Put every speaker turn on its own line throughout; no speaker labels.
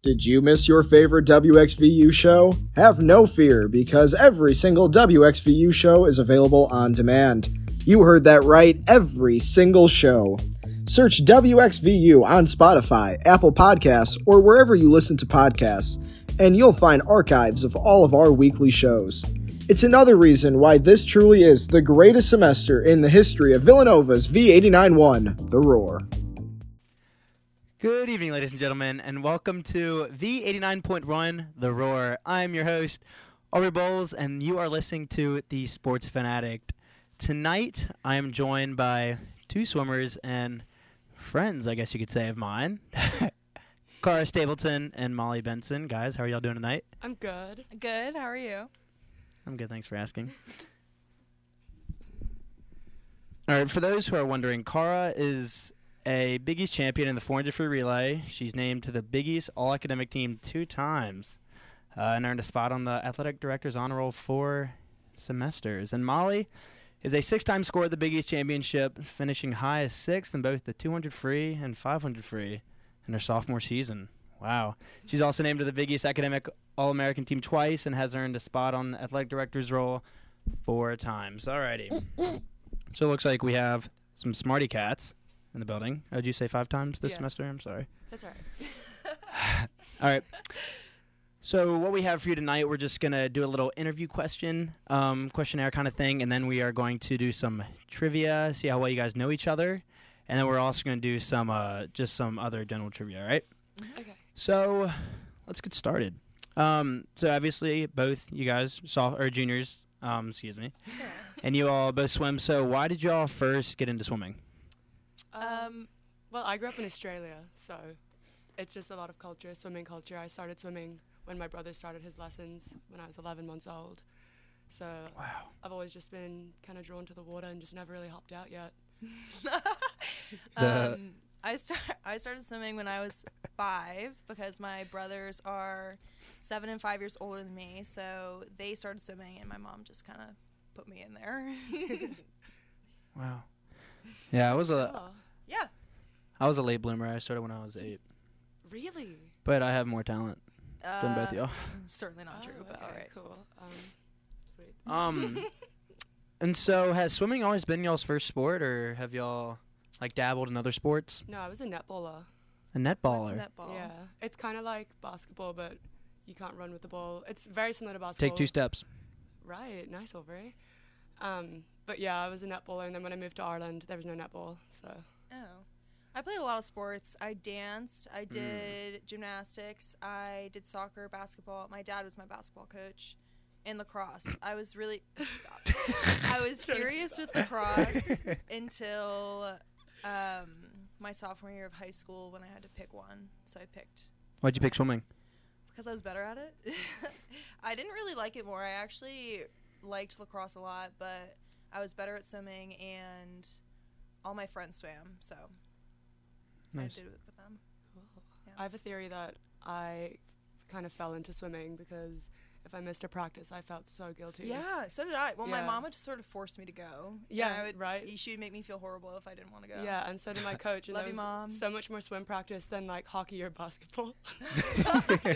Did you miss your favorite WXVU show? Have no fear, because every single WXVU show is available on demand. You heard that right, every single show. Search WXVU on Spotify, Apple Podcasts, or wherever you listen to podcasts, and you'll find archives of all of our weekly shows. It's another reason why this truly is the greatest semester in the history of Villanova's V891, The Roar.
Good evening, ladies and gentlemen, and welcome to the 89.1 The Roar. I'm your host, Aubrey Bowles, and you are listening to The Sports Fanatic. Tonight, I am joined by two swimmers and friends, I guess you could say, of mine. Cara Stapleton and Molly Benson. Guys, how are y'all doing tonight?
I'm good. Good. How are you?
I'm good, thanks for asking. All right, for those who are wondering, Cara is a Big East champion in the 400 free relay. She's named to the Big East All Academic Team two times uh, and earned a spot on the Athletic Director's Honor Roll four semesters. And Molly is a six time scorer at the Big East Championship, finishing high as sixth in both the 200 free and 500 free in her sophomore season. Wow. She's also named to the Big East Academic All American Team twice and has earned a spot on the Athletic Director's Roll four times. Alrighty. So it looks like we have some Smarty Cats in the building. Oh, did you say five times this
Yeah.
semester? I'm sorry.
That's all right.
All right. So what we have for you tonight, we're just gonna do a little interview question, um, questionnaire kind of thing, and then we are going to do some trivia, see how well you guys know each other, and then we're also gonna do some uh, just some other general trivia. All right.
Okay.
So let's get started. Um, so obviously, both you guys, soft or juniors, um, excuse me, and you all both swim. So why did y'all first get into swimming?
Um, well, I grew up in Australia, so it's just a lot of culture, swimming culture. I started swimming when my brother started his lessons when I was 11 months old. So
Wow.
I've always just been kind of drawn to the water and just never really hopped out yet.
The-
um, I start I started swimming when I was five because my brothers are seven and five years older than me, so they started swimming, and my mom just kind of put me in there.
Wow. Yeah, I was a
Oh,
yeah,
I was a late bloomer. I started when I was eight,
really?
but I have more talent
uh,
than both y'all.
Certainly not true,
Oh,
but
okay,
all right.
Cool. Um, sweet.
Um, and so has swimming always been y'all's first sport, or have y'all like dabbled in other sports?
No, I was a netballer.
A
What's
netballer.
netball?
Yeah, it's kind of like basketball, but you can't run with the ball. It's very similar to basketball.
Take two steps.
Right, nice Aubrey. Um, but yeah, I was a netballer, and then when I moved to Ireland, there was no netball. So
Oh. I played a lot of sports. I danced. I
Hmm.
did gymnastics. I did soccer, basketball. My dad was my basketball coach. And lacrosse. I was really. Stop. I was
Don't do
serious with lacrosse until um, my sophomore year of high school when I had to pick one. So I picked
Why'd you pick swimming?
because I was better at it. I didn't really like it more. I actually liked lacrosse a lot, but I was better at swimming and all my friends swam. So
Nice.
I did it with them.
I have a theory that I kind of fell into swimming because if I missed a practice, I felt so guilty.
Yeah, so did I. Well, my
Yeah.
mom would just sort of force me to go. and
Yeah,
I would,
right.
She would make me feel horrible if I didn't want to go.
Yeah, and so did my coach. And
Love
there
you,
was
Mom.
So much more swim practice than like hockey or basketball.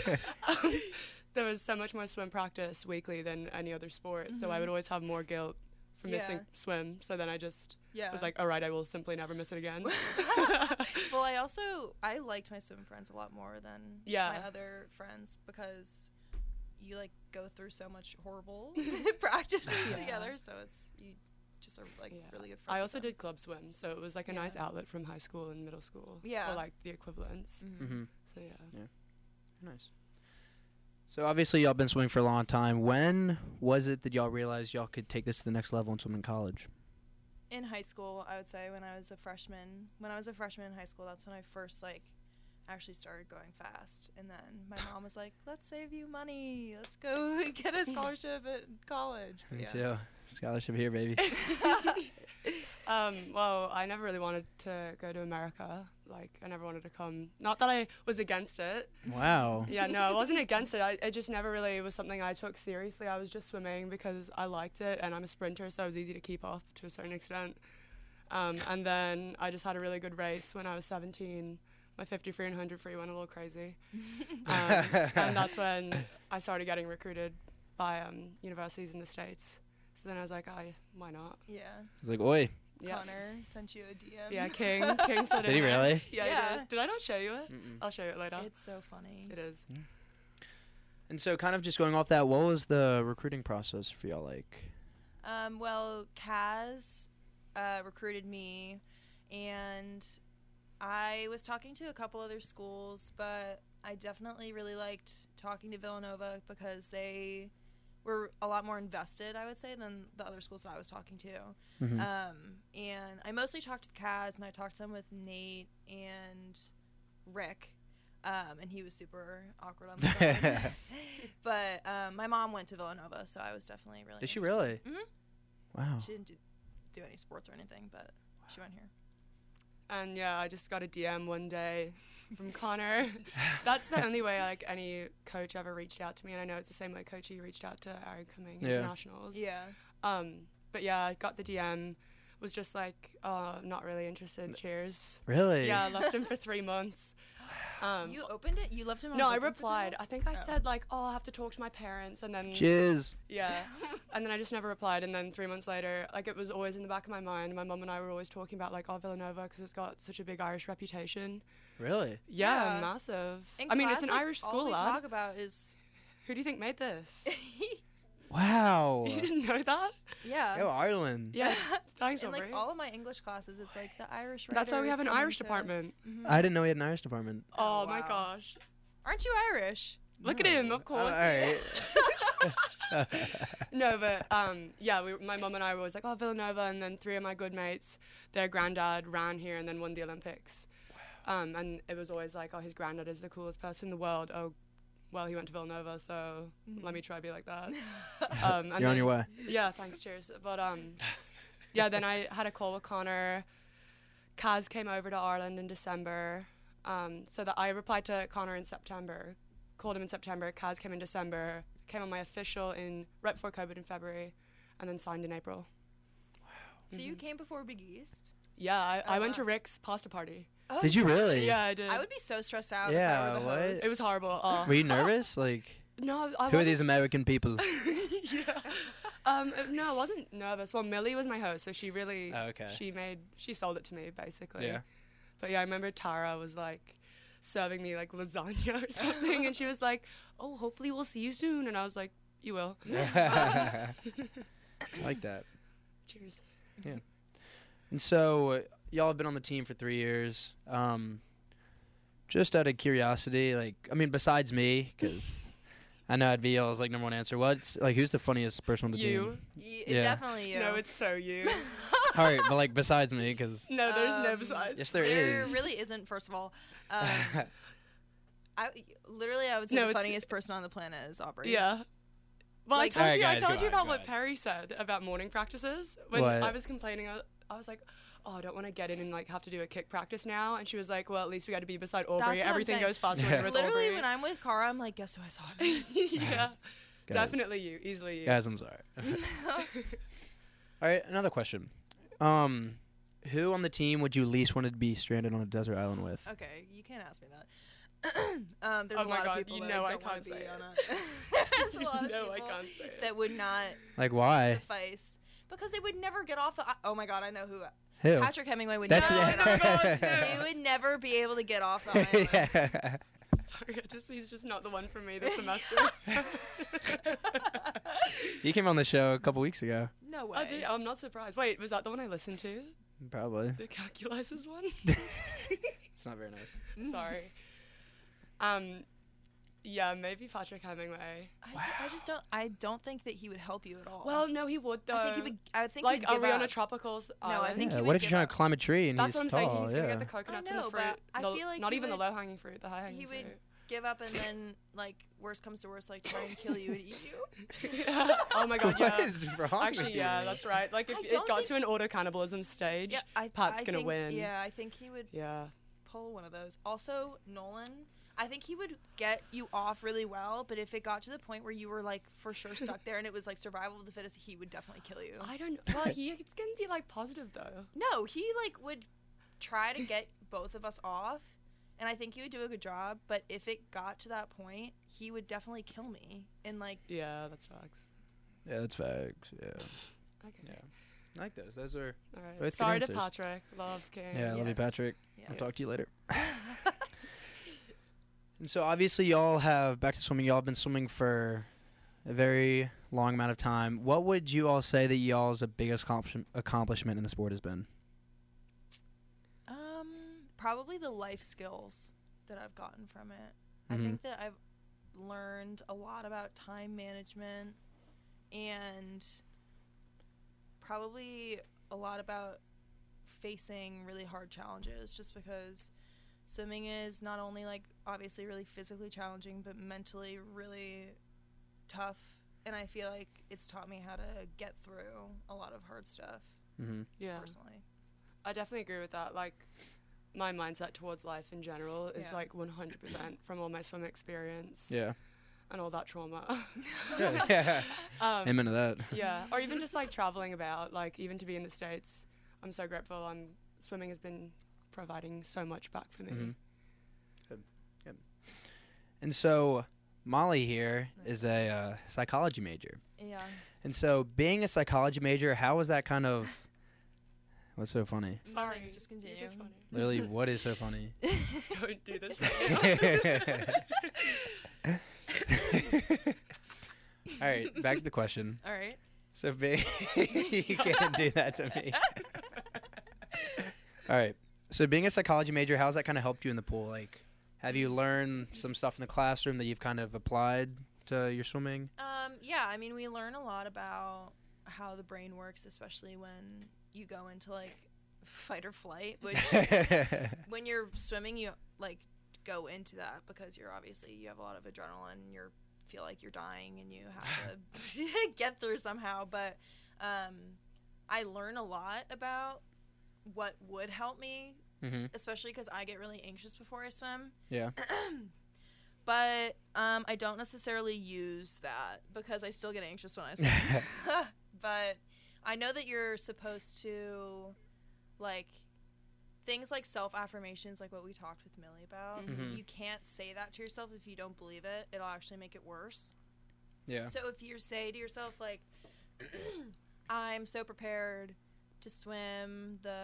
there was so much more swim practice weekly than any other sport. So I would always have more guilt for missing
Mm-hmm. Yeah.
swim. So then I just
yeah.
was like, all right, I will simply never miss it again.
well, I also I liked my swim friends a lot more than
Yeah.
my other friends because you like go through so much horrible practices
Yeah.
together. So it's you just are like
Yeah.
really good friends.
I
with
also
them.
did club swim, so it was like a
Yeah.
nice outlet from high school and middle school.
Yeah.
Or like the equivalents.
Mm-hmm.
So yeah.
Nice. So obviously y'all been swimming for a long time. When was it that y'all realized y'all could take this to the next level and swim in college?
in high school. I would say when I was a freshman. When I was a freshman in high school, that's when I first like actually started going fast. And then my mom was like, "Let's save you money. Let's go get a scholarship at college." But yeah.
too. Scholarship here, baby.
Um, well, I never really wanted to go to America. Like, I never wanted to come. Not that I was against it.
wow.
Yeah, no, I wasn't against it. I, it just never really was something I took seriously. I was just swimming because I liked it, and I'm a sprinter, so it was easy to keep up to a certain extent. Um, and then I just had a really good race when I was 17. my 50 free and 100 free went a little crazy. um, and that's when I started getting recruited by um, universities in the states. So then I was like, I why not?
Yeah.
It's like, oi,
Yeah,
Connor sent you a DM.
yeah. King, King slid
did he
in there.
really?
Yeah,
Yeah.
He did. did I not show you it?
Mm-mm.
I'll show you it later.
It's so funny.
it is.
And so, kind of just going off that, what was the recruiting process for y'all like?
Um, well, Kaz uh, recruited me, and I was talking to a couple other schools, but I definitely really liked talking to Villanova because they were a lot more invested, I would say, than the other schools that I was talking to.
Mhm.
Um, and I mostly talked with Kaz, and I talked to him with Nate and Rick, um, and he was super awkward on the phone. but um, my mom went to Villanova, so I was definitely really.
Did she
interested.
really?
Mhm.
Wow.
She didn't do, do any sports or anything, but she went here.
And yeah, I just got a DM one day from Connor. That's the only way like any coach ever reached out to me, and I know it's the same way Coachy reached out to Aaron Cumming
Yeah.
Internationals.
Yeah.
Um, but yeah, I got the DM. Was just like, uh, not really interested. Cheers.
Really?
Yeah, I left him for three months. Um,
you opened it. You left him. on
no,
his
I
open for three
replied.
months?
I think I
Oh.
said like, "Oh, I have to talk to my parents," and then
Jizz.
yeah, and then I just never replied. And then three months later, like it was always in the back of my mind. My mum and I were always talking about like, "Oh, Villanova," because it's got such a big Irish reputation.
Really?
Yeah,
Yeah.
massive.
In
I mean, it's
class,
an
like,
Irish
All
school,
we
lad.
talk about is.
Who do you think made this?
Wow.
you didn't know that?
yeah.
Yo, Ireland.
Yeah, thanks,
In like
Aubrey.
all of my English classes, it's like the Irish.
That's why we
writers
have an
coming
Irish
to-
department.
I didn't know we had an Irish department.
Oh,
Oh,
my
wow.
gosh!
Aren't you Irish?
Look at him, of
Oh,
course.
all right.
No, but um, yeah, we, my mum and I were always like, oh, Villanova, and then three of my good mates, their granddad ran here and then won the Olympics. Um, and it was always like, oh, his granddad is the coolest person in the world. Oh, well, he went to Villanova, so
Mm-hmm. Hmm.
let me try to be like that. um, and
You're on
then-
your way.
Yeah, thanks, cheers. But um, yeah, then I had a call with Connor. Kaz came over to Ireland in December, um, so that I replied to Connor in September, called him in September. Kaz came in December, came on my official in right before COVID in February, and then signed in April.
So
Mm-hmm.
you came before Big East.
Yeah, I,
Oh,
I went
wow.
to Rick's pasta party.
Oh,
Did you Uh, really?
Yeah, I did.
I would be so stressed out.
Yeah,
If I were the
what?
host.
it was horrible. Oh.
Were you nervous? Like,
no, I
who are
wasn't-
these American people?
yeah. Um, uh, no, I wasn't nervous. Well, Millie was my host, so she really,
Oh, okay.
she made, she sold it to me basically.
Yeah.
But yeah, I remember Tara was like serving me like lasagna or something, and she was like, "Oh, hopefully we'll see you soon," and I was like, "You will."
I like that.
Cheers.
And so uh, y'all have been on the team for three years. Um, just out of curiosity, like I mean, besides me, because I know I'd be y'all's like number one answer. What's like who's the funniest person on the
You.
team?
Ye-
Yeah.
Definitely you.
No, it's so you.
All right, but like besides me, because
No, there's no
Um,
besides.
yes, there
there
is.
really isn't. First of all, um, I literally I would say
No,
the
it's-
funniest person on the planet is Aubrey.
Yeah. Well,
Like-
I told
Alright,
you,
guys,
I
go
told you
on,
about
go
what
on.
Perry said about morning practices. When
What?
I was complaining, I, I was like, "Oh, I don't want to get in and like have to do a kick practice now." And she was like, "Well, at least we got to be beside
what
Aubrey.
I'm
Everything
saying.
goes faster
Yeah.
when you're with
Literally,
Aubrey."
when I'm with Kara, I'm like, guess who I saw? today?"
yeah,
Guys.
definitely you, easily you.
guys, I'm sorry. All right, another question. Um, who on the team would you least want to be stranded on a desert island with?
okay, you can't ask me that. um, there's
Oh
a
my
lot
God,
of people
you
that
know
I
I
don't want
can't
to
say
be
it.
on it. there's a lot of
No, I
people
can't say it.
that would not
Like, why?
suffice because they would never get off the. Oh my God, I know who.
Who?
Patrick Hemingway would
That's
never.
yeah.
get off the
God, no.
island. He would never be able to get off the island.
Yeah.
Sorry, I just he's just not the one for me this semester.
He came on the show a couple weeks ago.
No way.
oh, dude, I'm not surprised. Wait, was that the one I listened to?
Probably.
The calculuses one?
It's not very nice.
Sorry. Um, yeah, maybe Patrick Hemingway.
I, ju- I just don't. I don't think that he would help you at all.
Well, no, he would though.
I think he would. I think
like,
he'd
are
give
we on a
up.
tropicals?
No, I
island?
think he
what
would
if you're
give
trying
up.
to climb a tree and
That's what
he's
I'm
tall?
saying. He's
yeah.
gonna get the coconuts
know,
and the fruit.
but I
the-
feel like
not
he
even the
would-
low hanging fruit, the high hanging
he
fruit.
would give up and then like worst comes to worst like try and kill you and eat you
oh my
What
god, yeah.
is wrong with
Actually,
you?
yeah, that's right. Like if
I
it
don't
got
think-
to an auto cannibalism stage,
yeah i
Pat's
I
gonna
think-
win.
yeah i think he would
yeah.
pull one of those also nolan i think he would get you off really well but if it got to the point where you were like for sure stuck there and it was like survival of the fittest he would definitely kill you
I don't. Well, he it's gonna be like positive though.
no he like would try to get both of us off and I think he would do a good job. But if it got to that point, he would definitely kill me. And like,
Yeah, that's facts.
Yeah, that's facts. Yeah.
Okay.
Yeah. I like those. Those are. Both
All right.
good
Sorry to
answers.
Patrick. Love King.
Yeah, I love you,
Yes.
Patrick.
yeah.
I'll talk to you later. and so obviously y'all have back to swimming. Y'all have been swimming for a very long amount of time. What would you all say that y'all's the biggest accompli- accomplishment in the sport has been?
Um, probably the life skills that I've gotten from it.
Mhm.
I think that I've learned a lot about time management and probably a lot about facing really hard challenges just because swimming is not only like obviously really physically challenging but mentally really tough and I feel like it's taught me how to get through a lot of hard stuff
Mm-hmm.
Yeah.
personally.
I definitely agree with that. Like, my mindset towards life in general is
Yeah.
like 100% from all my swim experience
Yeah.
and all that trauma.
yeah.
um,
Amen to that.
yeah, or even just like traveling about, like even to be in the states. I'm so grateful. I'm swimming has been providing so much back for me.
Mhm. And so Molly here is a uh, psychology major.
Yeah.
And so being a psychology major, how was that kind of? What's so funny?
Sorry,
Nothing, just
you're
continue.
funny.
Literally, what is so funny?
Don't do this.
All right, back to the question.
All right.
So being you can't do that to me. All right. So being a psychology major, how's that kind of helped you in the pool? Like, have you learned some stuff in the classroom that you've kind of applied to your swimming?
Um, yeah, I mean, we learn a lot about how the brain works, especially when you go into like fight or flight, which when you're swimming, you like go into that because you're obviously you have a lot of adrenaline, you are feel like you're dying, and you have to get through somehow. But um, I learn a lot about what would help me
mm-hmm.
especially because I get really anxious before I swim.
Yeah.
but um, I don't necessarily use that because I still get anxious when I swim. but I know that you're supposed to, like, things like self affirmations, like what we talked with Millie about.
Mhm.
You can't say that to yourself if you don't believe it. It'll actually make it worse.
Yeah.
So if you say to yourself like, "I'm so prepared to swim the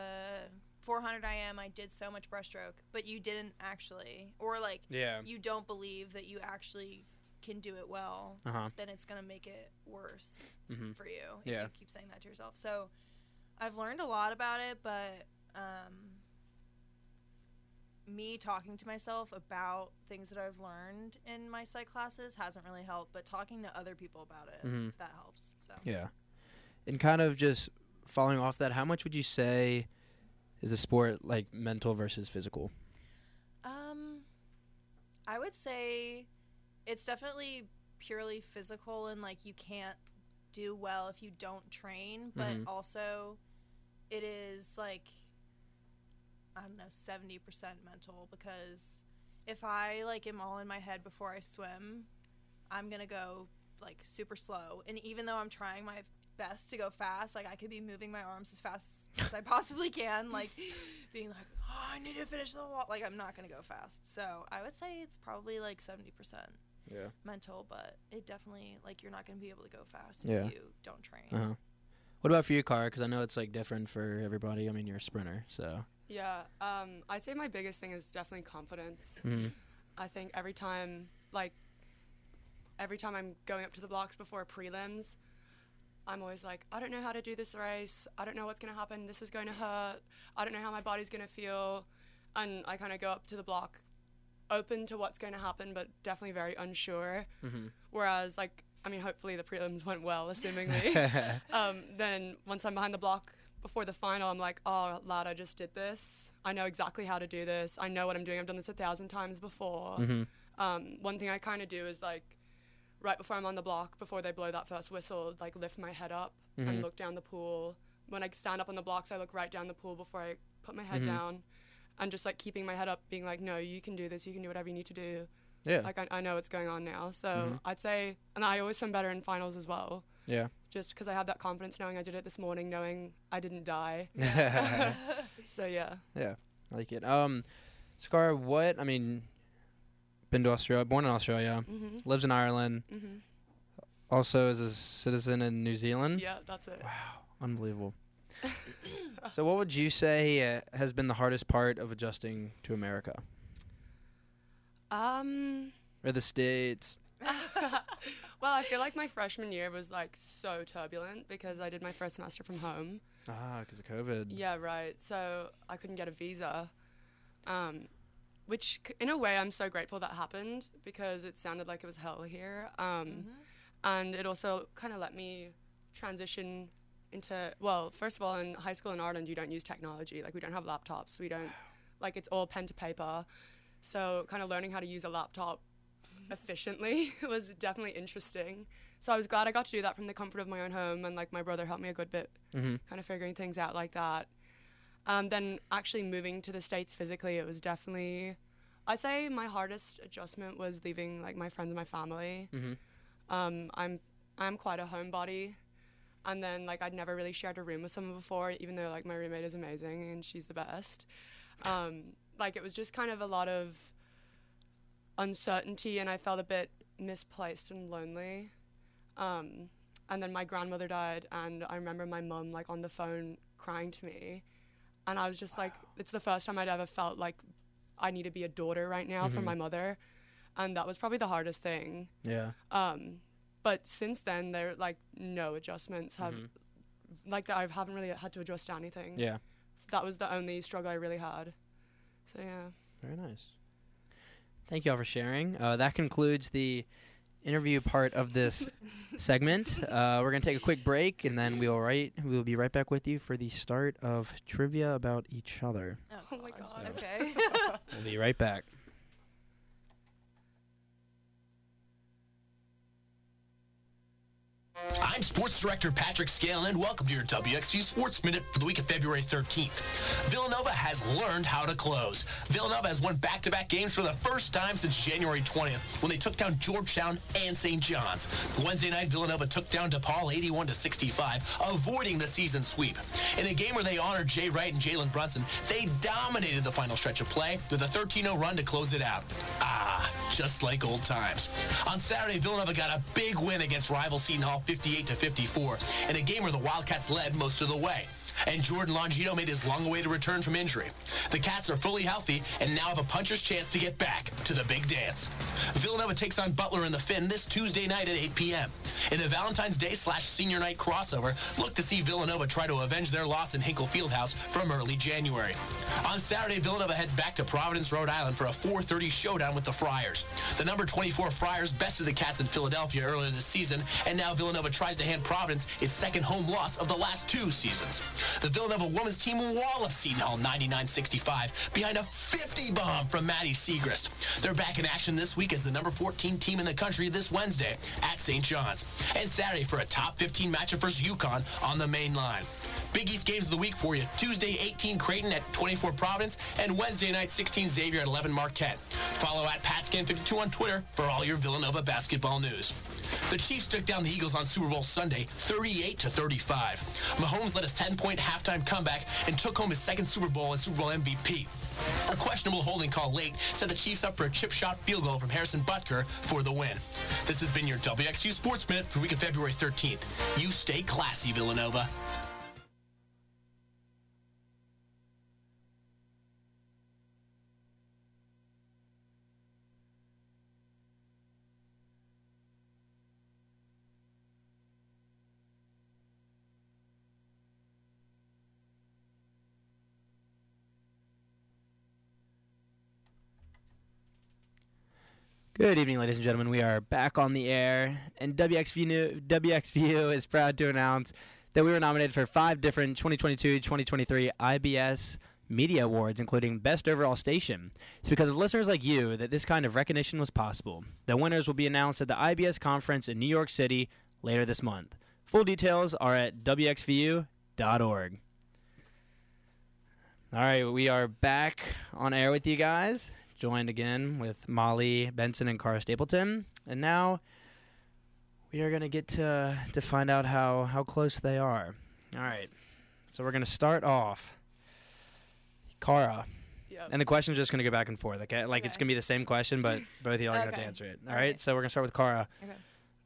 400 I am. I did so much breaststroke," but you didn't actually, or like
Yeah.
you don't believe that you actually can do it well,
Uh huh.
then it's gonna make it worse
Mhm.
for you if
Yeah.
you keep saying that to yourself. So I've learned a lot about it, but um, me talking to myself about things that I've learned in my psych classes hasn't really helped, but talking to other people about it
Mhm.
that helps. So
Yeah. And kind of just following off that, how much would you say is the sport like mental versus physical?
um, I would say it's definitely purely physical and like you can't do well if you don't train, but
Mhm.
also it is like I don't know, 70% mental because if I like am all in my head before I swim, I'm going to go like super slow. And even though I'm trying my best to go fast, like I could be moving my arms as fast as I possibly can, like being like, "Oh, I need to finish the wall." Like I'm not going to go fast. So, I would say it's probably like 70%
Yeah.
mental, but it definitely like you're not going to be able to go fast
Yeah.
if you don't train.
Uh huh. What about for your car? Because I know it's like different for everybody. I mean, you're a sprinter, so.
yeah, um, I'd say my biggest thing is definitely confidence. I think every time, like, every time I'm going up to the blocks before prelims, I'm always like, I don't know how to do this race. I don't know what's going to happen. This is going to hurt. I don't know how my body's going to feel. And I kind of go up to the block open to what's going to happen, but definitely very unsure. Whereas, like, I mean, hopefully the prelims went well, assumingly. um, then once I'm behind the block before the final, I'm like, oh, lad, I just did this. I know exactly how to do this. I know what I'm doing. I've done this a thousand times before. Um, one thing I kind of do is like, right before I'm on the block, before they blow that first whistle, like lift my head up and look down the pool. When I stand up on the blocks, I look right down the pool before I put my head down. And just like keeping my head up, being like, no, you can do this. You can do whatever you need to do.
Yeah.
Like, I, I know what's going on now. So I'd say, and I always swim better in finals as well
yeah.
just because I have that confidence knowing I did it this morning, knowing I didn't die.
yeah.
So yeah,
I like it. Um, Scar, what? I mean, been to Australia, born in Australia,
hmm
lives in Ireland,
hmm
also is a citizen in New Zealand.
Yeah, that's it.
Wow, unbelievable. so, what would you say uh, has been the hardest part of adjusting to America
Um,
or the states?
well, I feel like my freshman year was like so turbulent because I did my first semester from home.
Ah, because of COVID.
Yeah, right. So I couldn't get a visa, um, which c- in a way I'm so grateful that happened because it sounded like it was hell here, um, and it also kind of let me transition into well, first of all, in high school in Ireland you don't use technology, like we don't have laptops, we don't like it's all pen to paper, so kind of learning how to use a laptop efficiently was definitely interesting. So I was glad I got to do that from the comfort of my own home, and like my brother helped me a good bit
hmm
kind of figuring things out like that. Um, then actually moving to the states physically, it was definitely, I'd say my hardest adjustment was leaving like my friends and my family.
Mhm.
Um, I'm I'm quite a homebody, and then like I'd never really shared a room with someone before, even though like my roommate is amazing and she's the best. Um, like it was just kind of a lot of uncertainty, and I felt a bit misplaced and lonely. Um, and then my grandmother died and i remember my mum like on the phone crying to me and i was just like it's the first time i'd ever felt like i need to be a daughter right now for
Mhm.
my mother and that was probably the hardest thing
Yeah.
um, but since then there like no adjustments have
Mhm.
like that i haven't really had to adjust to anything
Yeah.
that was the only struggle i really had so yeah
Very nice. Thank you all for sharing. Uh, that concludes the interview part of this segment. Uh, we're going to take a quick break, and then we'll right we will be right back with you for the start of trivia about each other.
Oh my God.
Okay.
We'll be right back.
I'm sports director Patrick Scale, and welcome to your WXU Sports Minute for the week of February 13th. Villanova has learned how to close. Villanova has won back-to-back games for the first time since January 20th, when they took down Georgetown and St. John's. Wednesday night, Villanova took down DePaul 81 to 65, avoiding the season sweep. In a game where they honored Jay Wright and Jalen Brunson, they dominated the final stretch of play with a 13-0 run to close it out. Ah, just like old times. On Saturday, Villanova got a big win against rival Seton Hall 58 to 54 in a game where the Wildcats led most of the way. And Jordan Longino made his long-awaited return from injury. The Cats are fully healthy and now have a puncher's chance to get back to the big dance. Villanova takes on Butler in the Finn this Tuesday night at 8 p.m. In a Valentine's Day slash Senior Night crossover, look to see Villanova try to avenge their loss in Hinkle Fieldhouse from early January. On Saturday, Villanova heads back to Providence, Rhode Island for a 4:30 showdown with the Friars. The number 24 Friars bested the Cats in Philadelphia earlier this season, and now Villanova tries to hand Providence its second home loss of the last two seasons. The Villanova women's team walloped Seton Hall 99-65 behind a 50 bomb from Maddie Segrist. They're back in action this week as the number 14 team in the country this Wednesday at St. John's, and Saturday for a top 15 matchup versus UConn on the main line. Big East games of the week for you. Tuesday, 18 Creighton at 24 Providence, and Wednesday night, 16 Xavier at 11 Marquette. Follow at PatsCan52 on Twitter for all your Villanova basketball news. The Chiefs took down the Eagles on Super Bowl Sunday, 38 to 35. Mahomes led his 10-point halftime comeback and took home his second Super Bowl and Super Bowl MVP. A questionable holding call late set the Chiefs up for a chip shot field goal from Harrison Butker for the win. This has been your WXU Sports Minute for the week of February 13th. You stay classy, Villanova.
Good evening, ladies and gentlemen. We are back on the air, and WXVU, new, WXVU is proud to announce that we were nominated for five different 2022-2023 IBS Media Awards, including Best Overall Station. It's because of listeners like you that this kind of recognition was possible. The winners will be announced at the IBS conference in New York City later this month. Full details are at wxvu.org. All right, we are back on air with you guys, joined again with Molly Benson and Cara Stapleton, and now we are gonna get to to find out how how close they are. All right, so we're gonna start off. Cara,
Yep.
And the question's just gonna go back and forth. Okay, like it's
Okay.
gonna be the same question, but both of y'all are gonna have to
Okay.
answer it. All
All
right?
right.
So we're gonna start with Cara,
Okay.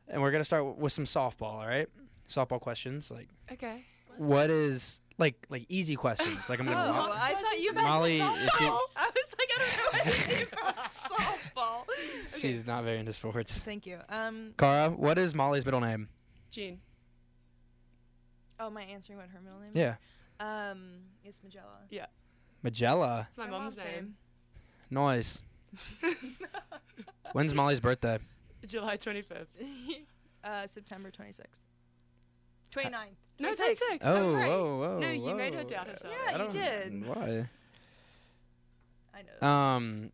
and we're gonna start w- with some softball. All right, softball questions. Like,
Okay.
what is like like easy questions? Like I'm
Oh,
gonna. Mo-
I thought you meant
Molly, if
softball.
you-
I was like, I don't know anything about softball. Okay.
She's not very into sports.
Thank you. Um.
Cara, what is Molly's middle name?
Jean.
Oh, my answering what her middle name
Yeah,
is. Yeah. Um. It's Magella.
Magella.
It's my,
My
mom's,
mom's
name.
Noise. When's Molly's birthday?
July 25th.
uh, September 26th. 29th.
Uh, No,
26th.
26th.
I was right.
whoa, Oh, whoa!
No, you made her
whoa.
doubt herself.
Yeah,
I
you
don't-
did.
Why?
I know.
Um,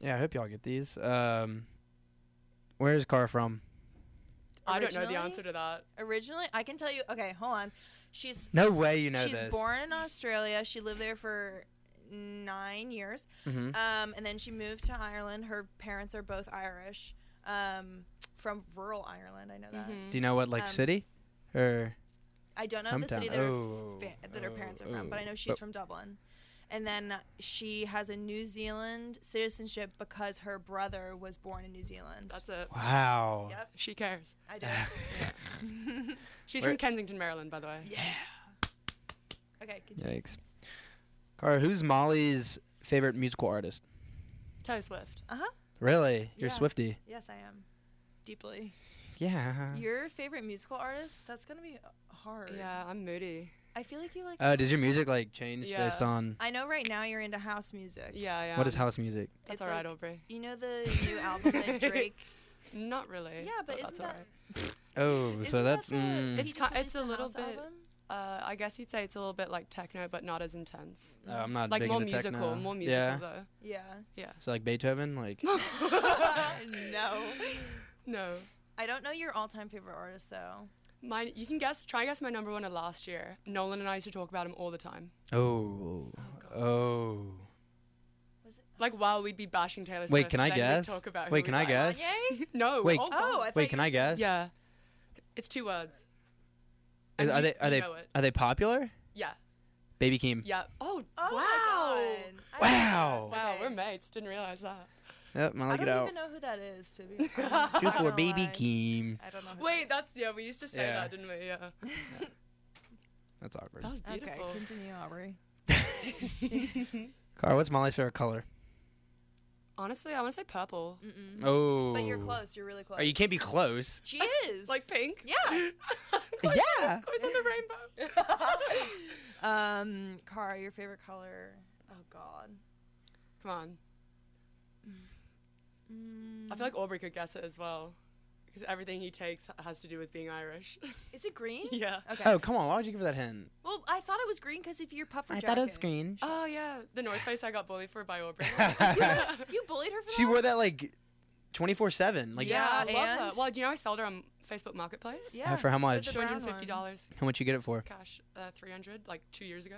yeah, I hope y'all get these. Um, where is Cara from?
I don't know the
Originally?
answer to that.
Originally, I can tell you. Okay, hold on. She's
No way you know
she's
this.
born in Australia. She lived there for nine years,
Mhm.
um, and then she moved to Ireland. Her parents are both Irish, um, from rural Ireland. I know that.
Mm-hmm.
Do you know what like
um,
city? Or
I don't know the
Hometown.
city that,
Oh,
her, fa- that her parents are from, but I
oh.
know she's
But-
from Dublin. And then she has a New Zealand citizenship because her brother was born in New Zealand.
That's it.
wow.
Yep.
She cares.
I don't.
She's
Where-
from Kensington, Maryland, by the way.
okay, continue.
Yikes. Cara, who's Molly's favorite musical artist?
Taylor Swift.
Uh huh.
Really? You're
Yeah.
Swifty.
Yes, I am. Deeply.
Yeah.
Your favorite musical artist? That's gonna be hard.
Yeah, I'm moody.
I feel like you like.
Uh, does your music like change based
Yeah. Um,
on
I know right now you're into house music.
Yeah, yeah.
what is house music?
That's
It's
all right,
like-
Aubrey.
You know the new album that Drake.
Not really.
Yeah, but
that's
isn't that?
alright.
Oh,
isn't
so
that
that's
the-
mm,
he
It's
just
ki- it's
released
a little
house
bit-
album?
Uh, I guess you'd say it's a little bit like techno, but not as intense.
oh, I'm not
Like
big
more
into
musical,
techno.
more musical
yeah.
though.
Yeah.
So like Beethoven, like
no.
No,
I don't know your all-time favorite artist though.
my you can guess. Try guess my number one of last year. Nolan and I used to talk about him all the time.
oh oh.
Like while we'd be bashing Taylor Swift.
Wait, can I
then we'd
guess?
Talk about who
Wait,
we
can I
like.
guess?
Kanye?
No.
Wait.
Oh,
Oh,
God.
I thought
Wait,
you
can
were
I
saying-
guess?
Yeah. It's two words.
Is-
And
are
you-
they are
you
they
know it.
are they popular?
Yeah.
Baby Keem.
Yeah. Oh.
Oh
wow.
My God. I didn't
Wow.
know that.
Wow.
Okay.
We're mates. Didn't realize that.
Yep,
I
Molly,
don't
get out.
even know who that is to be. honest.
Two
I'm
for
not
Baby
gonna lie.
Keem.
I don't know. who
Wait. That's yeah. We used to say
Yeah.
that, didn't we? Yeah.
That's awkward.
That was
that is. Okay,
beautiful.
continue, Aubrey.
Cara, what's Molly's favorite color?
Honestly, I want to say purple.
Mm.
Oh.
But you're close. You're really close.
Oh, you can't be close.
She is.
Like pink.
yeah.
yeah.
Colors on the rainbow.
um, Cara, your favorite color? Oh God.
Come on. I feel like Aubrey could guess it as well. Because everything he takes has to do with being Irish.
Is it green?
yeah.
Okay.
Oh, come on. Why would you give her that hint?
Well, I thought it was green because if you're puffer jacket.
green.
Oh, yeah. The North Face I got bullied for by Aubrey.
You bullied her for
she
that.
wore that like 24 7. Like,
yeah, I love
Yeah,
that.
and?
Well, do you know I sold her on Facebook Marketplace?
Yeah.
for how much?
the brown one.
$250
how much you get it for?
cash, uh, 300 like two years ago.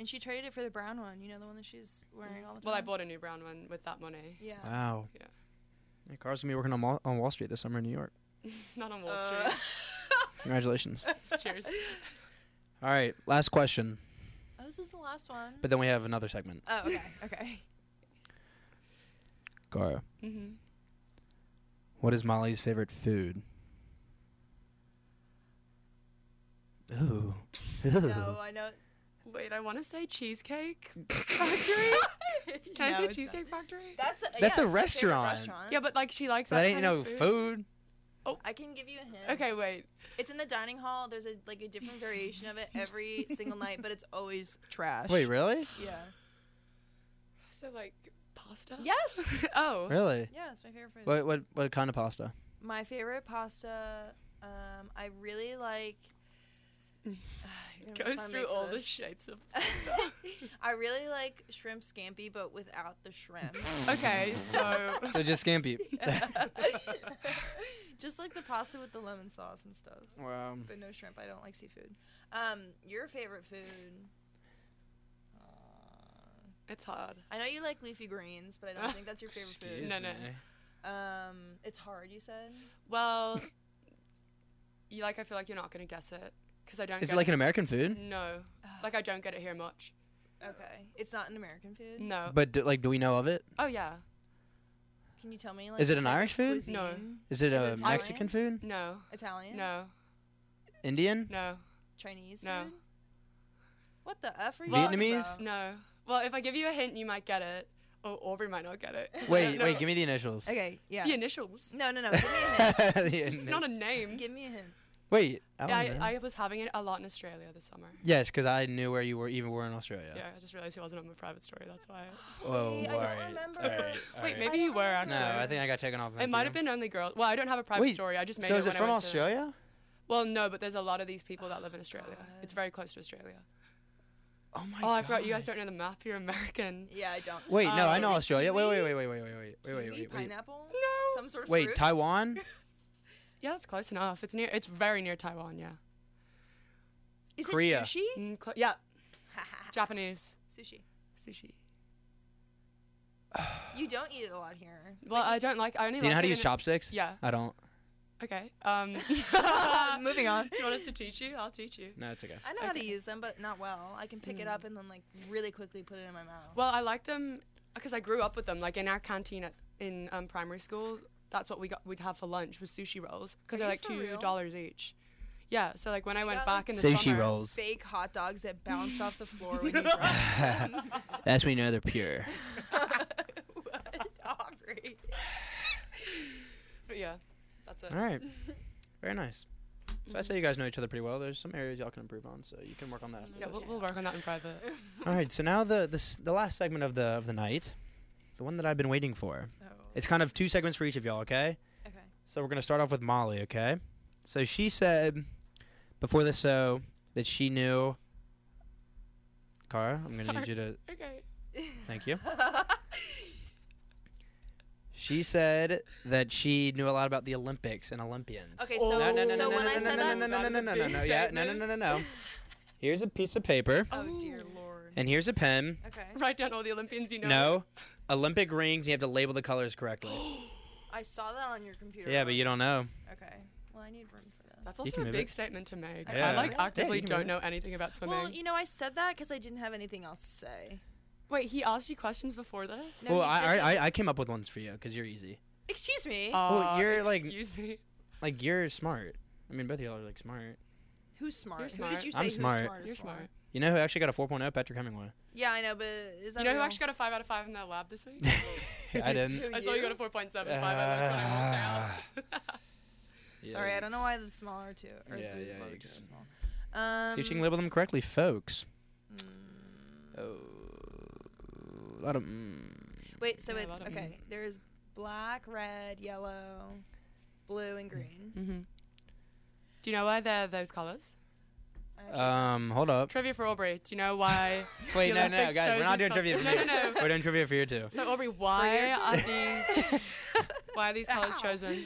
And she traded it for the brown one. You know the one that she's wearing all the time.
Well, I bought a new brown one with that money.
Yeah.
Wow.
Yeah.
Yeah, Cara's going to be working on, Wall- on Wall Street this summer in New York.
Not on Wall
Uh,
Congratulations.
Street. Cheers.
All right, last question.
oh, this is the last one.
But then we have another segment.
oh, okay. Okay.
Cara,
hmm
what is Molly's favorite food? Ooh.
no, I know.
Wait, I want to say Cheesecake Factory. Can I
No,
say
it's not.
Cheesecake Factory?
That's a,
That's
yeah,
a
it's my favorite
restaurant.
restaurant.
yeah, but like she likes
So
that.
that ain't
kind
no
of
food.
I can give you a hint.
Okay, wait.
It's in the dining hall. There's a like a different variation of it every single night, but it's always trash.
Wait, really?
Yeah.
So like pasta?
Yes.
oh.
Really?
Yeah, it's my favorite food.
What what what kind of pasta?
My favorite pasta. Um, I really like. You're gonna make
Goes
fun of me
through
for
all the
this.
shapes of.
I really like shrimp scampi, but without the shrimp.
Okay, so
So just scampi.
Just like the pasta with the lemon sauce and stuff,
wow.
but no shrimp. I don't like seafood. Um, your favorite food?
it's hard.
I know you like leafy greens, but I don't think that's your favorite
Excuse
food.
No, no.
me.
Um, it's hard. You said.
Well, you like I feel like you're not gonna guess it because I don't.
Is
get
it like an American food?
No, like I don't get it here much.
Okay. It's not an American food.
No.
But do, like, do we know of it?
oh yeah.
Can you tell me? Like,
Is it
the
an
type of
Irish food?
No.
cuisine?
Is it
Is it
a
Italian?
Mexican food?
No.
Italian.
No.
Indian?
No.
Chinese
No.
food. What the f are you
Well-
talking
Vietnamese?
about?
No. Well, if I give you a hint, you might get it. Oh, Aubrey might not get it. 'cause I
Wait,
don't know
wait. Give me the initials.
Okay. Yeah.
the initials.
No, no, no. Give me a hint.
The
It's not a
initials.
name.
Give me a hint.
wait. I
Yeah,
wanna know.
I, I was having it a lot in Australia this summer.
Yes, because I knew where you were, even were in Australia.
Yeah, I just realized he wasn't on my private story. That's why.
Whoa,
Hey, I
all
don't
right,
remember.
all right, all
Wait,
right.
maybe you were actually.
No, I think I got taken off.
it might have been only girls. Well, I don't have a private
Wait,
story. I just made
so
it.
is it
when I
from
went to-
Australia?
well, no, but there's a lot of these people that live in Australia. It's very close to Australia.
Oh my
Oh, I forgot. You guys don't know the map. You're American.
Yeah, I don't. Um,
Wait, no,
Uh,
I
is
know
it
Australia. Wait, wait,
kiwi?
wait, wait, wait, wait, wait, wait,
Kiwi,
wait, wait,
pineapple.
No.
Some sort of
wait.
fruit.
Taiwan.
Yeah, that's close enough. It's near. It's very near Taiwan. Yeah.
Is
Korea.
it sushi?
Mm, cl- yeah. Japanese
sushi.
sushi.
You don't eat it a lot here.
Well, I don't like. I only.
Do you know
like
how to
it
use
in-
chopsticks?
Yeah.
I don't.
Okay. Um.
Moving on.
Do you want us to teach you? I'll teach you.
No, it's okay.
I know how to
Okay.
use them, but not well. I can pick
Hmm.
it up and then like really quickly put it in my mouth.
Well, I like them because I grew up with them. Like in our canteen at, in um, primary school, that's what we got. We'd have for lunch was sushi rolls because
Are
they're
you
like
for real?
two dollars each. Yeah. So like when I went
got,
back in
like,
the
Sushi
summer,
rolls.
Fake hot dogs that bounce off the floor when you drop them.
That's when you know they're pure.
what, Aubrey?
But yeah, that's it.
All right. Very nice. So I say you guys know each other pretty well. There's some areas y'all can improve on, so you can work on that. after
Yeah,
this.
we'll, we'll work on that in private.
All right. So now the this the last segment of the of the night, the one that I've been waiting for.
Oh.
It's kind of two segments for each of y'all. Okay.
Okay.
So we're gonna start off with Molly, okay? So she said before the show that she knew. Cara, I'm gonna need
Sorry.
you to
Okay.
thank you. she said that she knew a lot about the Olympics and Olympians.
Okay, so,
No, no, no,
so
no,
when
no,
I
no,
said
no,
that,
no, no,
that
no,
is
no,
a
no, no,
big
no, yeah, no, no, no,
statement.
no, no. Here's a piece of paper,
Oh dear lord.
and here's a pen.
Okay.
Write down all the Olympians you know.
No, Olympic rings. You have to label the colors correctly.
I saw that on your computer.
yeah, but
Rob.
you don't know.
Okay. Well, I need room for this.
That's
You
also
can
a
move
big
it.
statement to make.
Yeah.
I like
Yeah,
you
actively
can move
don't
it.
know anything about swimming.
Well, you know, I said that because I didn't have anything else to say.
Wait, he asked you questions before this?
No,
well,
he's
I,
just-
I Uh, I- I came up with ones for you because you're easy.
Excuse me.
Aw,
Oh, you're, like-
Uh, Excuse me.
Like you're smart. I mean, both of y'all are like smart.
who's smart?
You're
Who
smart.
did you say
I'm
who's
smart.
smart? is
You're smart.
You know who actually got a 4.0? Patrick Hemingway.
Yeah, I know, but is that
You know who
real?
actually got a 5 out of 5 in that lab this week?
I didn't.
Who,
I saw you
you?
got a 4.75 out of 5. I like, when I walked out.
Sorry, I don't know why the smaller two or
Yeah,
the
yeah,
lower
you
two
can-
are small. Um,
See if she can label them correctly, folks.
mm,
Oh, a lot of. Mm.
Wait, so
Yeah, a
it's
lot of-
okay. There's black, red, yellow, blue, and green.
Mm-hmm. Do you know why they're those colors?
I actually-
Um, hold up.
Trivia for Aubrey. Do you know why?
Wait,
the
no, no,
Olympics
guys, we're
shows
not
these
doing trivia for
colours-
me.
No, no, no.
We're doing trivia for you too.
So Aubrey, why
your
are these? Why are these colors
Ow.
chosen?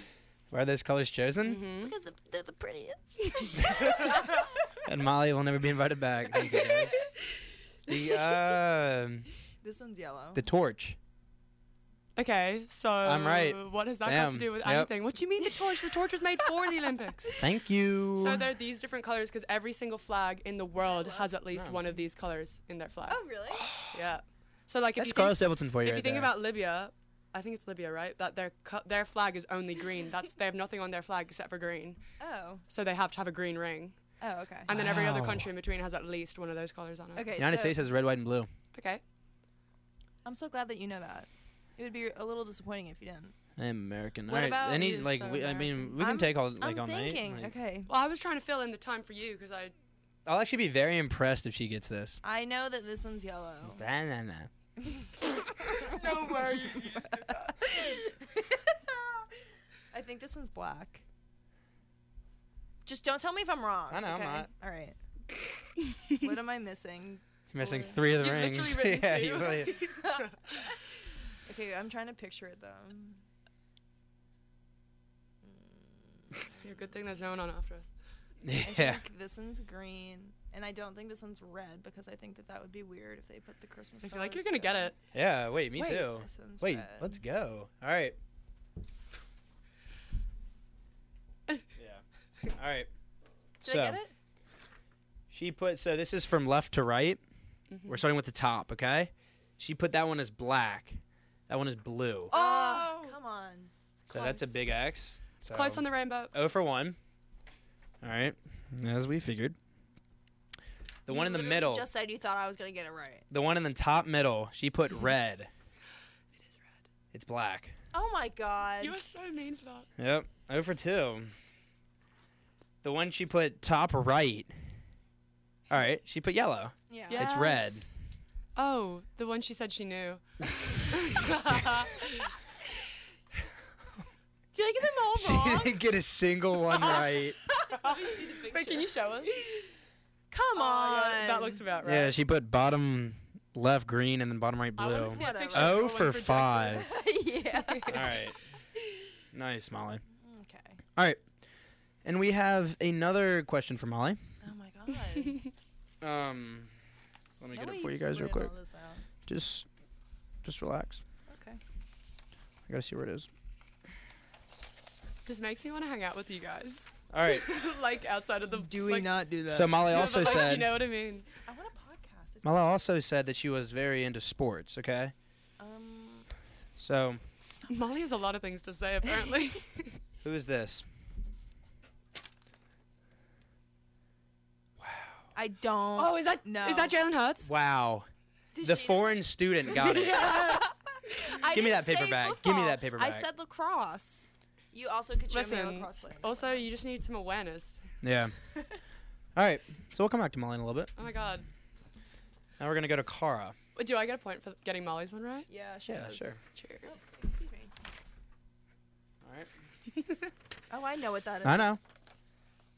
Why are those colors chosen?
Mm-hmm.
because the- they're the prettiest.
And Molly will never be invited back. Thank you, guys. The um,
This one's yellow.
the torch.
Okay, so
I'm right.
What has that got
Damn.
to do with
Yep.
anything? What do you mean the torch? The torch was made for the Olympics.
Thank you.
So there are these different colors because every single flag in the world has at least
No.
one of these colors in their flag.
oh, really?
Yeah. So like if
That's
you
Carl
think,
Stapleton for you.
if
right
you think
there.
about Libya, I think it's Libya, right? That their co- their flag is only green. That's they have nothing on their flag except for green.
Oh.
So they have to have a green ring.
Oh, okay.
And then every other
Wow.
country in between has at least one of those colors on it.
okay.
United
uh,
so
States has red, white, and blue.
Okay.
I'm so glad that you know that. It would be a little disappointing if you didn't.
I'm American.
What
All right,
about
any
you,
like
sir,
we, I mean
American?
we can
I'm-
take all like
I'm
all
thinking.
night. like-
okay.
Well, I was trying to fill in the time for you because I.
I'll actually be very impressed if she gets this.
I know that this one's yellow.
Nah, nah, nah.
no way. I think this one's black. Just don't tell me if I'm wrong.
I know, I'm
okay?
not.
All right. what am I missing?
You're missing
Boy.
three of the
You've literally
rings.
written
yeah,
two.
you really.
Okay, I'm trying to picture it though.
Yeah, good thing there's no one on after us.
I
Yeah.
think this one's green, and I don't think this one's red because I think that that would be weird if they put the Christmas.
I feel like
colors
you're gonna get
together.
it.
Yeah. Wait, me
Wait,
too.
this one's
Wait,
red.
let's go. All right. yeah. All right. so
Did I get it?
she put so this is from left to right,
Mm-hmm.
We're starting with the top, okay? She put that one as black. That one is blue.
Oh,
Oh.
come on.
so that's a
close.
big X. So
Close on the rainbow.
Oh for one. All right, as we figured. The
You
one in the
literally
middle,
Just said you thought I was gonna get it right.
the one in the top middle, she put red. It is red. It's black.
Oh my god.
You were so mean for that.
Yep. Oh for two. The one she put top right. All right, she put yellow.
yeah.
Yeah.
It's red.
Yes. Oh, the one she said she knew.
Did I get them all wrong?
get a single one right.
Wait, can you show us? Oh,
Come on.
that looks about right.
Yeah, she put bottom left green and then bottom right
I want
blue.
to see a
Whatever.
picture. of
Oh
the
for
one
five.
yeah.
All right. Nice, Molly.
Okay.
All right. And we have another question for Molly.
Oh my god.
Um, let me
How
get
we
it for you guys real
figured
quick.
all this out?
Just, just relax.
Okay.
I gotta see where it is.
This makes me want to hang out with you guys.
All right.
like outside of the.
Do we
like,
not do that?
So Molly
yeah,
also
but, like, You
said
know what I mean?
I want a podcast. If,
Molly also said that she was very into sports. Okay.
um,
So
Molly has a lot of things to say apparently.
who is this?
I don't.
oh, is that
No.
Is that Jalen Hurts?
Wow.
Did
the
she-
foreign student got it.
I
Give me that
didn't
paper
say
bag. Give me that
football.
paper
I
bag.
said lacrosse. You also could show me a
Listen.
lacrosse player.
Also, you just need some awareness.
Yeah. All right. So we'll come back to Molly in a little bit.
Oh my God.
Now we're gonna go to Kara.
Wait, Do I get a point for getting Molly's one right?
Yeah, she does.
Cheers.
Oh, excuse me.
All right.
Oh, I know what that is.
I know.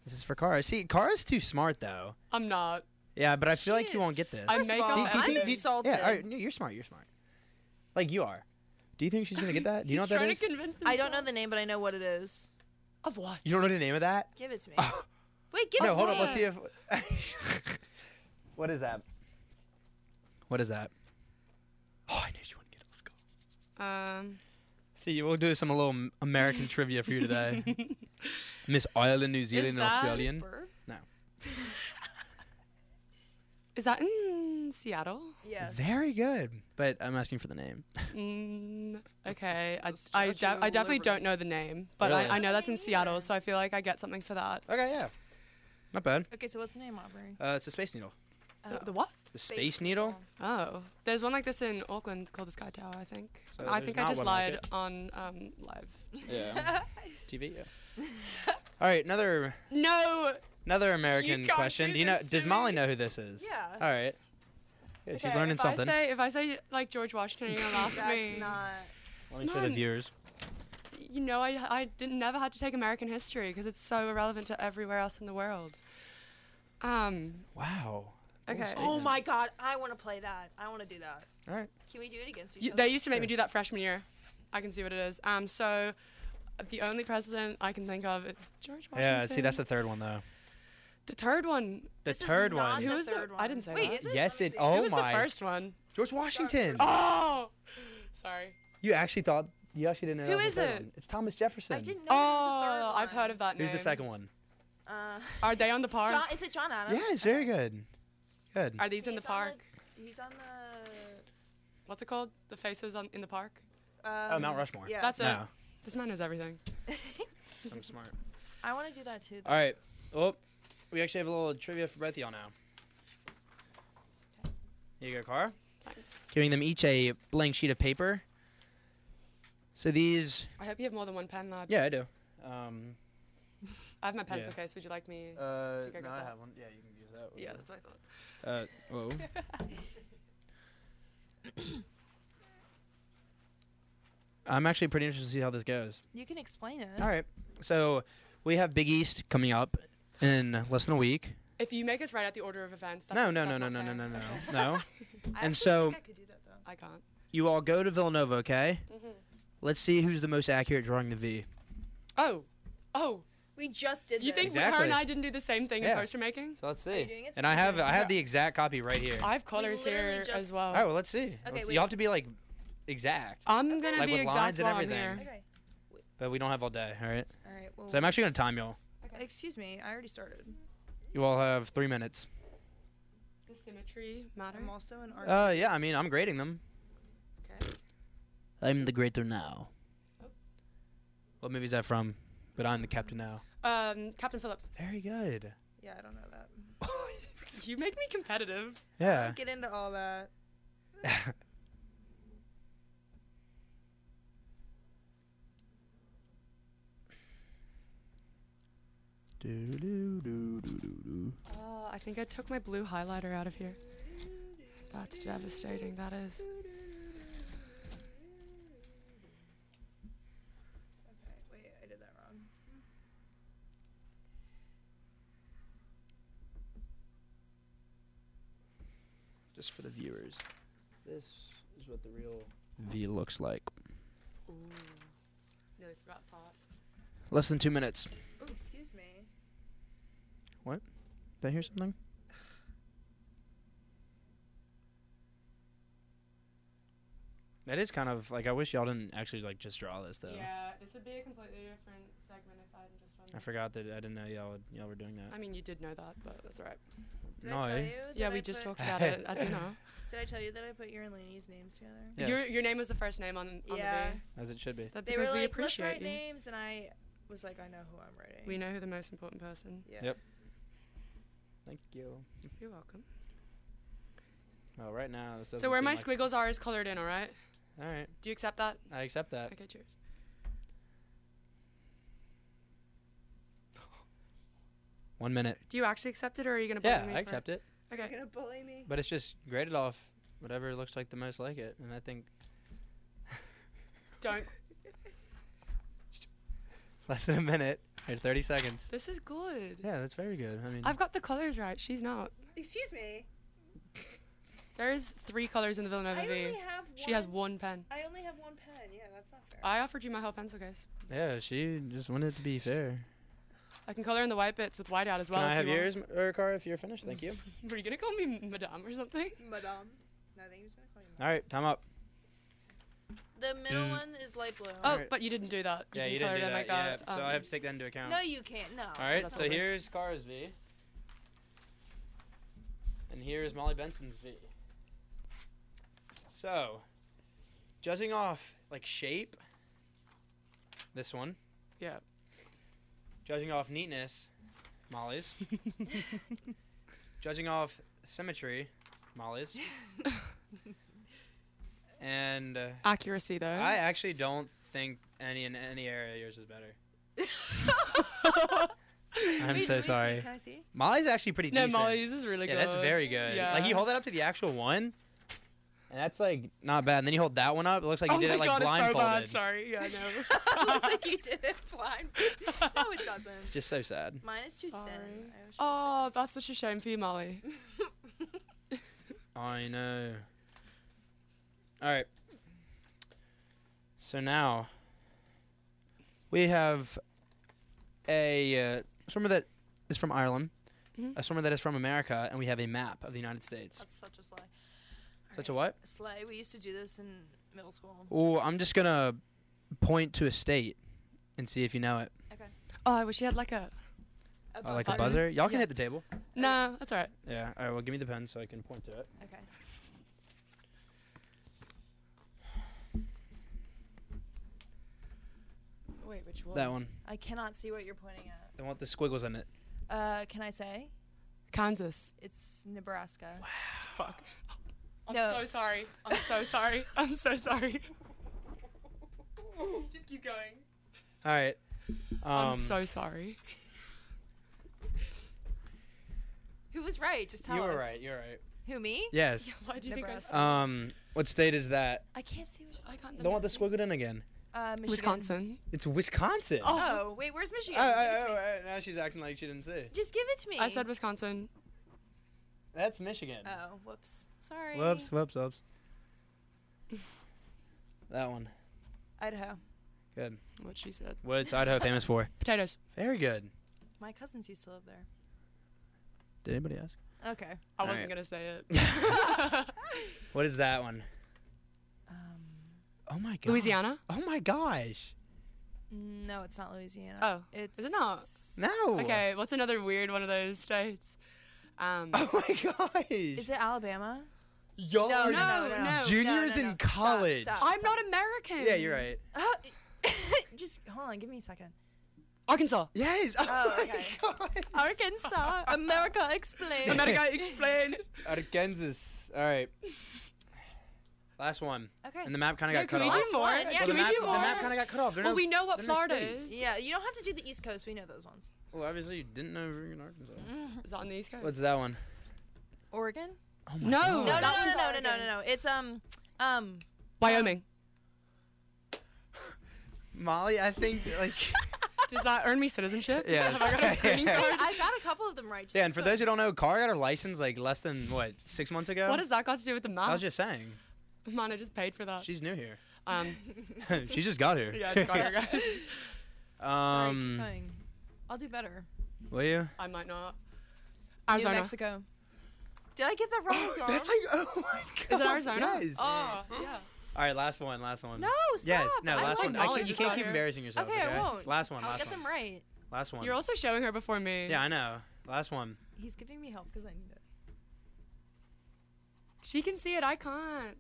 This is for Kara. See, Kara's too smart though.
I'm not.
Yeah, but I feel like you
is.
won't get this.
I
First
make
of all,
up.
I'm
think-
insulted.
Yeah, all right, no, you're smart. You're smart. Like you are. Do you think she's gonna get that? Do you know what
He's
that
trying
is?
to convince
I don't know
himself.
the name, but I know what it is.
of what.
you don't know the name of that?
Give it to me. Wait, give it
no,
to
hold
me.
on. Let's see if. what is that? What is that? Oh, I knew she wouldn't get it. Let's go.
Um.
See, we'll do some little m- American trivia for you today. Miss Ireland, New Zealand, and
that-
Australian. No.
Is that in Seattle?
Yeah.
Very good. But I'm asking for the name.
Mm, okay, I,
Statue
I, de-
of
I definitely
Liberty.
don't know the name, but
Really?
I, I know that's in
Me
Seattle,
neither.
so I feel like I get something for that.
Okay, yeah. Not bad.
Okay, so what's the name, Aubrey?
Uh, it's a space needle.
The,
Oh.
the what?
The space, needle?
Oh, there's one like this in Auckland called the Sky Tower, I think.
So
I
there's
think I
not
just
one like
lied
it.
on um, live.
Yeah. TV, yeah. All right, another
No,
another American
can't
question.
do
Do you know?
this to
Does
me.
Molly know who this is?
Yeah.
All right. Good, she's
Okay,
learning
if
something.
I say, if I say like George Washington, you're gonna laugh at
That's
me.
not.
Let me show the
None.
viewers.
You know, I I didn't never had to take American history because it's so irrelevant to everywhere else in the world. Um.
Wow.
Okay.
Oh my god, I want to play that. I want to do that.
All right.
Can we do it against each
You,
other?
they used to make me do that freshman year. I can see what it is. Um, so the only president I can think of is George Washington.
Yeah. See, that's the third one though.
the third one.
The
This is
third
not
one.
Who
the
was the-
third one.
I didn't say
Wait,
that.
is it?
Yes,
Let
it.
me see.
Oh
Who was
my.
the first one?
George Washington.
Oh, sorry.
You actually thought you actually didn't know.
Who
that was the
is
third
it?
one. It's Thomas Jefferson.
I didn't know. there was a
Oh,
third
I've
one.
heard of that name.
Who's the second one?
Uh,
Are they on the park?
John, is it John Adams?
Yeah, it's very good. Good.
Are these in the
He's on
park?
he's on the.
What's it called? The faces on in the park.
Um,
oh, Mount Rushmore.
Yeah.
That's
No,
This man knows everything.
I'm smart.
I want to do that too. Though.
All right. Well, we actually have a little trivia for both of y'all now. Here you go, Cara.
Thanks.
Giving them each a blank sheet of paper. So these.
I hope you have more than one pen, lad.
Yeah, I do. Um,
I have my pencil
Yeah.
case. Would you like me?
uh,
Think I got that.
one. Yeah, you can use that.
yeah, that's what I thought.
Uh, whoa. I'm actually pretty interested to see how this goes.
You can explain it.
All right. So we have Big East coming up in less than a week.
If you make us right at the order of events, that's
No, no, no,
that's
no,
not
no, no,
fair.
no, no, no.
I
And
actually
so-
think I could do that though.
I can't.
You all go to Villanova, okay? Let's see who's the most accurate drawing the V.
Oh, oh.
We just did.
You think
this.
her
Exactly.
and I didn't do the same thing
Yeah.
in poster making?
So let's
you
see.
doing it
And I have I
separately?
have the exact copy right here.
I have colors
literally
here
just-
as well.
All right, well let's see. Let's-
wait.
you have to be like exact,
I'm gonna
Like
be
with lines
exact
and
while I'm
everything.
here.
Okay.
but we don't have all day. All right.
All right. Well.
So I'm actually gonna time y'all.
Excuse me. I already started.
You all have three minutes.
the symmetry matter?
I'm also an architect.
Uh, yeah. I mean, I'm grading them.
Okay.
I'm the greater now.
Oh.
What movie is that from? But I'm the captain now.
Um, Captain Phillips.
Very good.
yeah, I don't know that.
You make me competitive.
yeah.
Get into all that.
Uh, I think I took my blue highlighter out of here. That's devastating. That is.
Okay, wait, I did that wrong.
Just for the viewers, this is what the real V looks like.
Ooh. Nearly forgot pop.
Less than two minutes.
Oh, excuse me.
Did I hear something? That is kind of like I wish y'all didn't actually like just draw this though.
Yeah, this would be a completely different segment if I hadn't just done
I forgot that I didn't know y'all would- y'all were doing that.
I mean, you did know that, but that's all right.
Did
No,
I tell
eh?
you?
Yeah,
that
we
I
just
put-
talked about it at dinner.
Did I tell you that I put your and Lainey's names together?
Your
Yes,
your name was the first name on, on
Yeah.
the day.
as it should be.
That
They
because
were
we
like, let's
appreciate
write
you.
names, and I was like, I know who I'm writing.
We know who the most important person.
Yeah.
Yep. Thank you.
You're welcome.
Well, right now this doesn't
So where
seem
my
like-
squiggles are is colored in, all right?
All right,
Do you accept that?
I accept that.
Okay, cheers.
One minute.
Do you actually accept it, or are you gonna bully
Yeah,
me
I accept it,
it.
You're
Okay.
gonna bully me.
but it's just graded off whatever looks like the most like it, and I think
Don't.
less than a minute or thirty seconds.
This is good.
Yeah, that's very good. I mean,
I've got the colors right. She's not.
Excuse me.
There's three colors in the Villanova
I
V.
only have. One,
She has one pen.
I only have one pen. Yeah, that's not fair.
I offered you my whole pencil case.
yeah, she just wanted to be fair.
I can color in the white bits with white out as well.
Can I
if
have
you want.
yours, or car if you're finished? Thank you.
Were you gonna call me madame or something?
Madame. No, I think he was gonna call you.
All right, time up.
Madame. The
Mm.
middle one is light blue.
Oh,
right.
but you didn't do that.
yeah,
can
you
color
didn't do
it in
that.
like
yeah, so I
um,
have to take that into account.
No, you can't. No.
All right,
that's
so
not this.
here's Cara's V, and here's Molly Benson's V. So, judging off like shape, this one.
Yeah.
Judging off neatness, Molly's. judging off symmetry, Molly's. and uh,
Accuracy though.
I actually don't think any in any area yours is better. I'm so
Wait, let me see.
sorry.
Can I see?
Molly's actually pretty
no,
decent.
Molly's is really
yeah,
good.
that's very good.
Yeah.
Like you hold that up to the actual one, and that's like not bad. And then you hold that one up. It looks like you
oh
did
my
it like
God,
blindfolded.
It's so bad. Sorry. Yeah,
It
no.
looks like you did it blind. no, it
It's
doesn't.
just so sad.
Mine is too
Sorry.
thin. I wish it was
Oh, that's such a shame for you, Molly.
I know. All right. So now we have a uh, swimmer that is from Ireland,
Mhm.
a swimmer that is from America, and we have a map of the United States.
That's such a sly.
Such a what?
Slay. We used to do this in middle school.
Oh, I'm just gonna point to a state and see if you know it.
Oh, I wish you had like a.
A
Oh, like a buzzer?
Buzzer.
Y'all can
Yeah.
hit the table.
No, that's all right.
Yeah. All right. Well, give me the pen so I can point to it.
Okay.
Wait, which one?
That one.
I cannot see what you're pointing at.
I want the squiggles in it.
Uh, can I say
Kansas.
it's Nebraska?
Fuck. I'm
No.
so sorry. I'm so sorry. I'm so sorry. Just keep going.
All right. Um,
I'm so sorry.
Who was right? Just tell
You
us.
were right. You're right.
Who me?
Yes.
Why do you think I?
Nebraska.
s-
Um, what state is that?
I can't see. Which,
I can't.
Don't want the squiggled in again.
uh, Michigan.
Wisconsin.
It's Wisconsin. Oh,
Oh wait, where's Michigan?
oh,
Give it to
oh,
me.
oh, now she's acting like she didn't see.
Just give it to me.
I said Wisconsin.
That's Michigan.
Oh, whoops. Sorry.
Whoops, whoops, whoops. That one.
Idaho.
Good.
What she said.
What's Idaho famous for?
Potatoes.
Very good.
My cousins used to live there.
Did anybody ask?
Okay.
I
All
wasn't
right.
gonna say it.
What is that one?
Um,
Oh my god.
Louisiana.
Oh my gosh.
no, it's not Louisiana.
Oh,
it's
it not?
No.
Okay, what's another weird one of those states? Um,
Oh my gosh.
Is it Alabama?
Y'all
No,
are
no,
no, no.
no.
juniors
no, no.
in
Stop,
college.
stop.
I'm not American.
Yeah, you're right.
Oh, just hold on, give me a second.
Arkansas.
Yes. Oh,
Oh,
my
okay.
God.
Arkansas, America, explain.
America, explain.
Arkansas. All right. Last one.
Okay.
And the map kind of
Yeah,
got
can
cut
we
off.
do
Last
more?
one. Yeah,
Well,
can
the
we
map,
do
the
more?
map kind of got cut off. There are
Well,
no-
we know what
there are no
Florida
states.
is.
Yeah, you don't have to do the East Coast. We know those ones.
Well, obviously you didn't know we were in Arkansas.
Is that on the East Coast?
What's that one?
Oregon?
no,
Oh.
No, no,
that
no,
one's
no, no, no,
Oregon.
no, no, no. It's um, um.
Wyoming.
Molly, I think like
Does that earn me citizenship?
Yes.
Have I got a green
Yeah.
card?
I've got a couple of them right. Just
yeah. And for
keep
those who
going.
don't know, Cara got her license like less than what six months ago.
What has that got to do with the map?
I was just saying,
Man, I just paid for that.
she's new here.
um,
she just got here.
yeah, I got her, guys.
Sorry,
um,
keep going. I'll do better.
will you?
I might not.
New
Arizona.
Mexico. Did I get that wrong? y'all?
That's like oh my god.
Is it Arizona?
Yes.
Oh, yeah.
All right, last one, last one.
No, stop.
Yes, no,
I
last
like
one. I can't-
knowledge
you can't
about
keep
her.
embarrassing yourself.
Okay,
Okay,
I won't.
Last one,
I'll
last
get
one,
them right.
last one.
You're also showing her before me.
yeah, I know. Last one.
He's giving me help because I need it.
She can see it. I can't.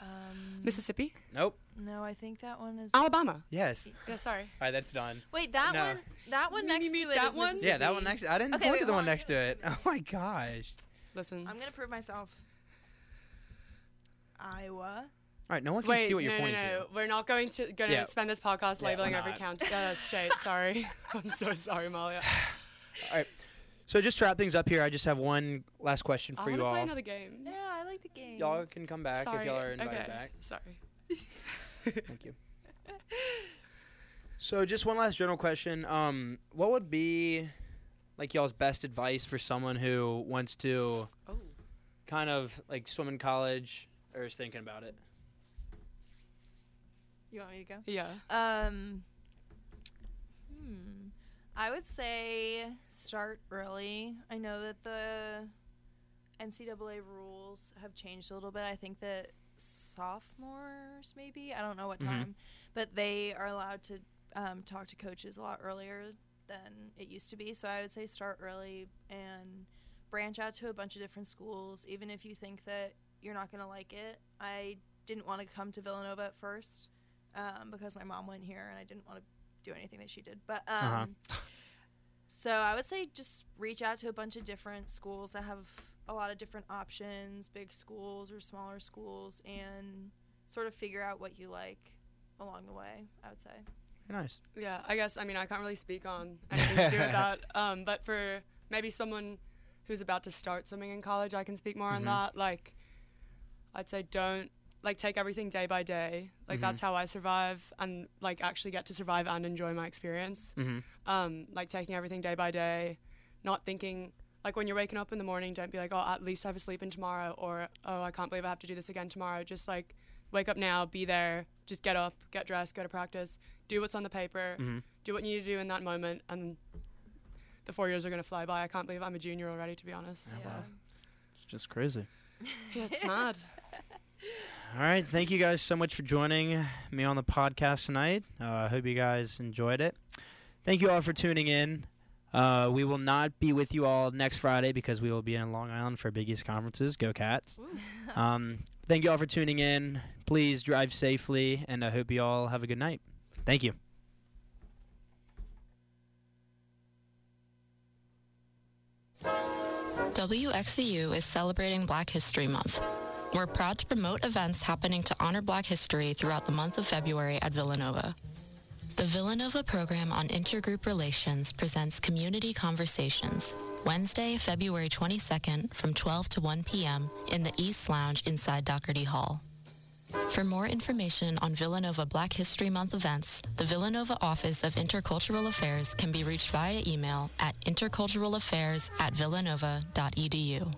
Um,
Mississippi.
Nope.
no, I think that one is.
Mm. Alabama.
Yes. All
Yeah, sorry.
right, that's done.
Wait, that
No.
one. That one
Me,
next
me, me,
to it
that
is
one?
Yeah, that one
Mississippi.
next. I didn't
Okay,
point
wait,
to the
hold
one
on,
next to
give me-
it.
give me-
Oh my gosh.
Listen.
I'm gonna prove myself. Iowa.
All right, no one can
Wait,
see what you're
no,
pointing
no, no.
to.
We're not going to going to
Yeah.
spend this podcast
Yeah,
labeling
we're
every
not.
count uh, state. Sorry, I'm so sorry, Malia.
All right. So just to wrap things up here, I just have one last question
I
for
want
you
to
all.
play another game.
Yeah, I like the game.
Y'all can come back
sorry.
if y'all are invited
okay.
back.
Sorry.
Thank you. So just one last general question. Um, what would be like y'all's best advice for someone who wants to
Oh.
kind of like swim in college or is thinking about it?
You want me to go?
Yeah.
Um, hmm. I would say start early. I know that the NCAA rules have changed a little bit. I think that sophomores, maybe, I don't know what
Mhm.
time, but they are allowed to um, talk to coaches a lot earlier than it used to be. So I would say start early and branch out to a bunch of different schools, even if you think that you're not going to like it. I didn't want to come to Villanova at first um, because my mom went here and I didn't want to do anything that she did. But um,
Uh-huh.
so I would say just reach out to a bunch of different schools that have a lot of different options, big schools or smaller schools, and sort of figure out what you like along the way. I would say.
Very nice.
Yeah, I guess I mean I can't really speak on anything to do with that. Um, but for maybe someone who's about to start swimming in college, I can speak more on
Mhm.
that. Like, I'd say don't like take everything day by day. Like that's how I survive and like actually get to survive and enjoy my experience.
Mhm.
Um, like taking everything day by day, not thinking. Like when you're waking up in the morning, don't be like, oh, at least I have a sleep in tomorrow, or oh, I can't believe I have to do this again tomorrow. Just like wake up now, be there, just get up, get dressed, go to practice, do what's on the paper, do what you need to do in that moment, and the four years are gonna fly by. I can't believe I'm a junior already, to be honest.
Yeah.
It's just crazy.
Yeah, it's mad.
All right. Thank you guys so much for joining me on the podcast tonight. Uh, I hope you guys enjoyed it. Thank you all for tuning in. Uh, we will not be with you all next Friday because we will be in Long Island for Big East conferences. Go Cats. Um, thank you all for tuning in. Please drive safely, and I hope you all have a good night. Thank you.
WXVU E is celebrating Black History Month. We're proud to promote events happening to honor Black history throughout the month of February at Villanova. The Villanova Program on Intergroup Relations presents Community Conversations, Wednesday, February 22nd from 12 to 1 p.m. in the East Lounge inside Doherty Hall. For more information on Villanova Black History Month events, the Villanova Office of Intercultural Affairs can be reached via email at interculturalaffairs@villanova.edu.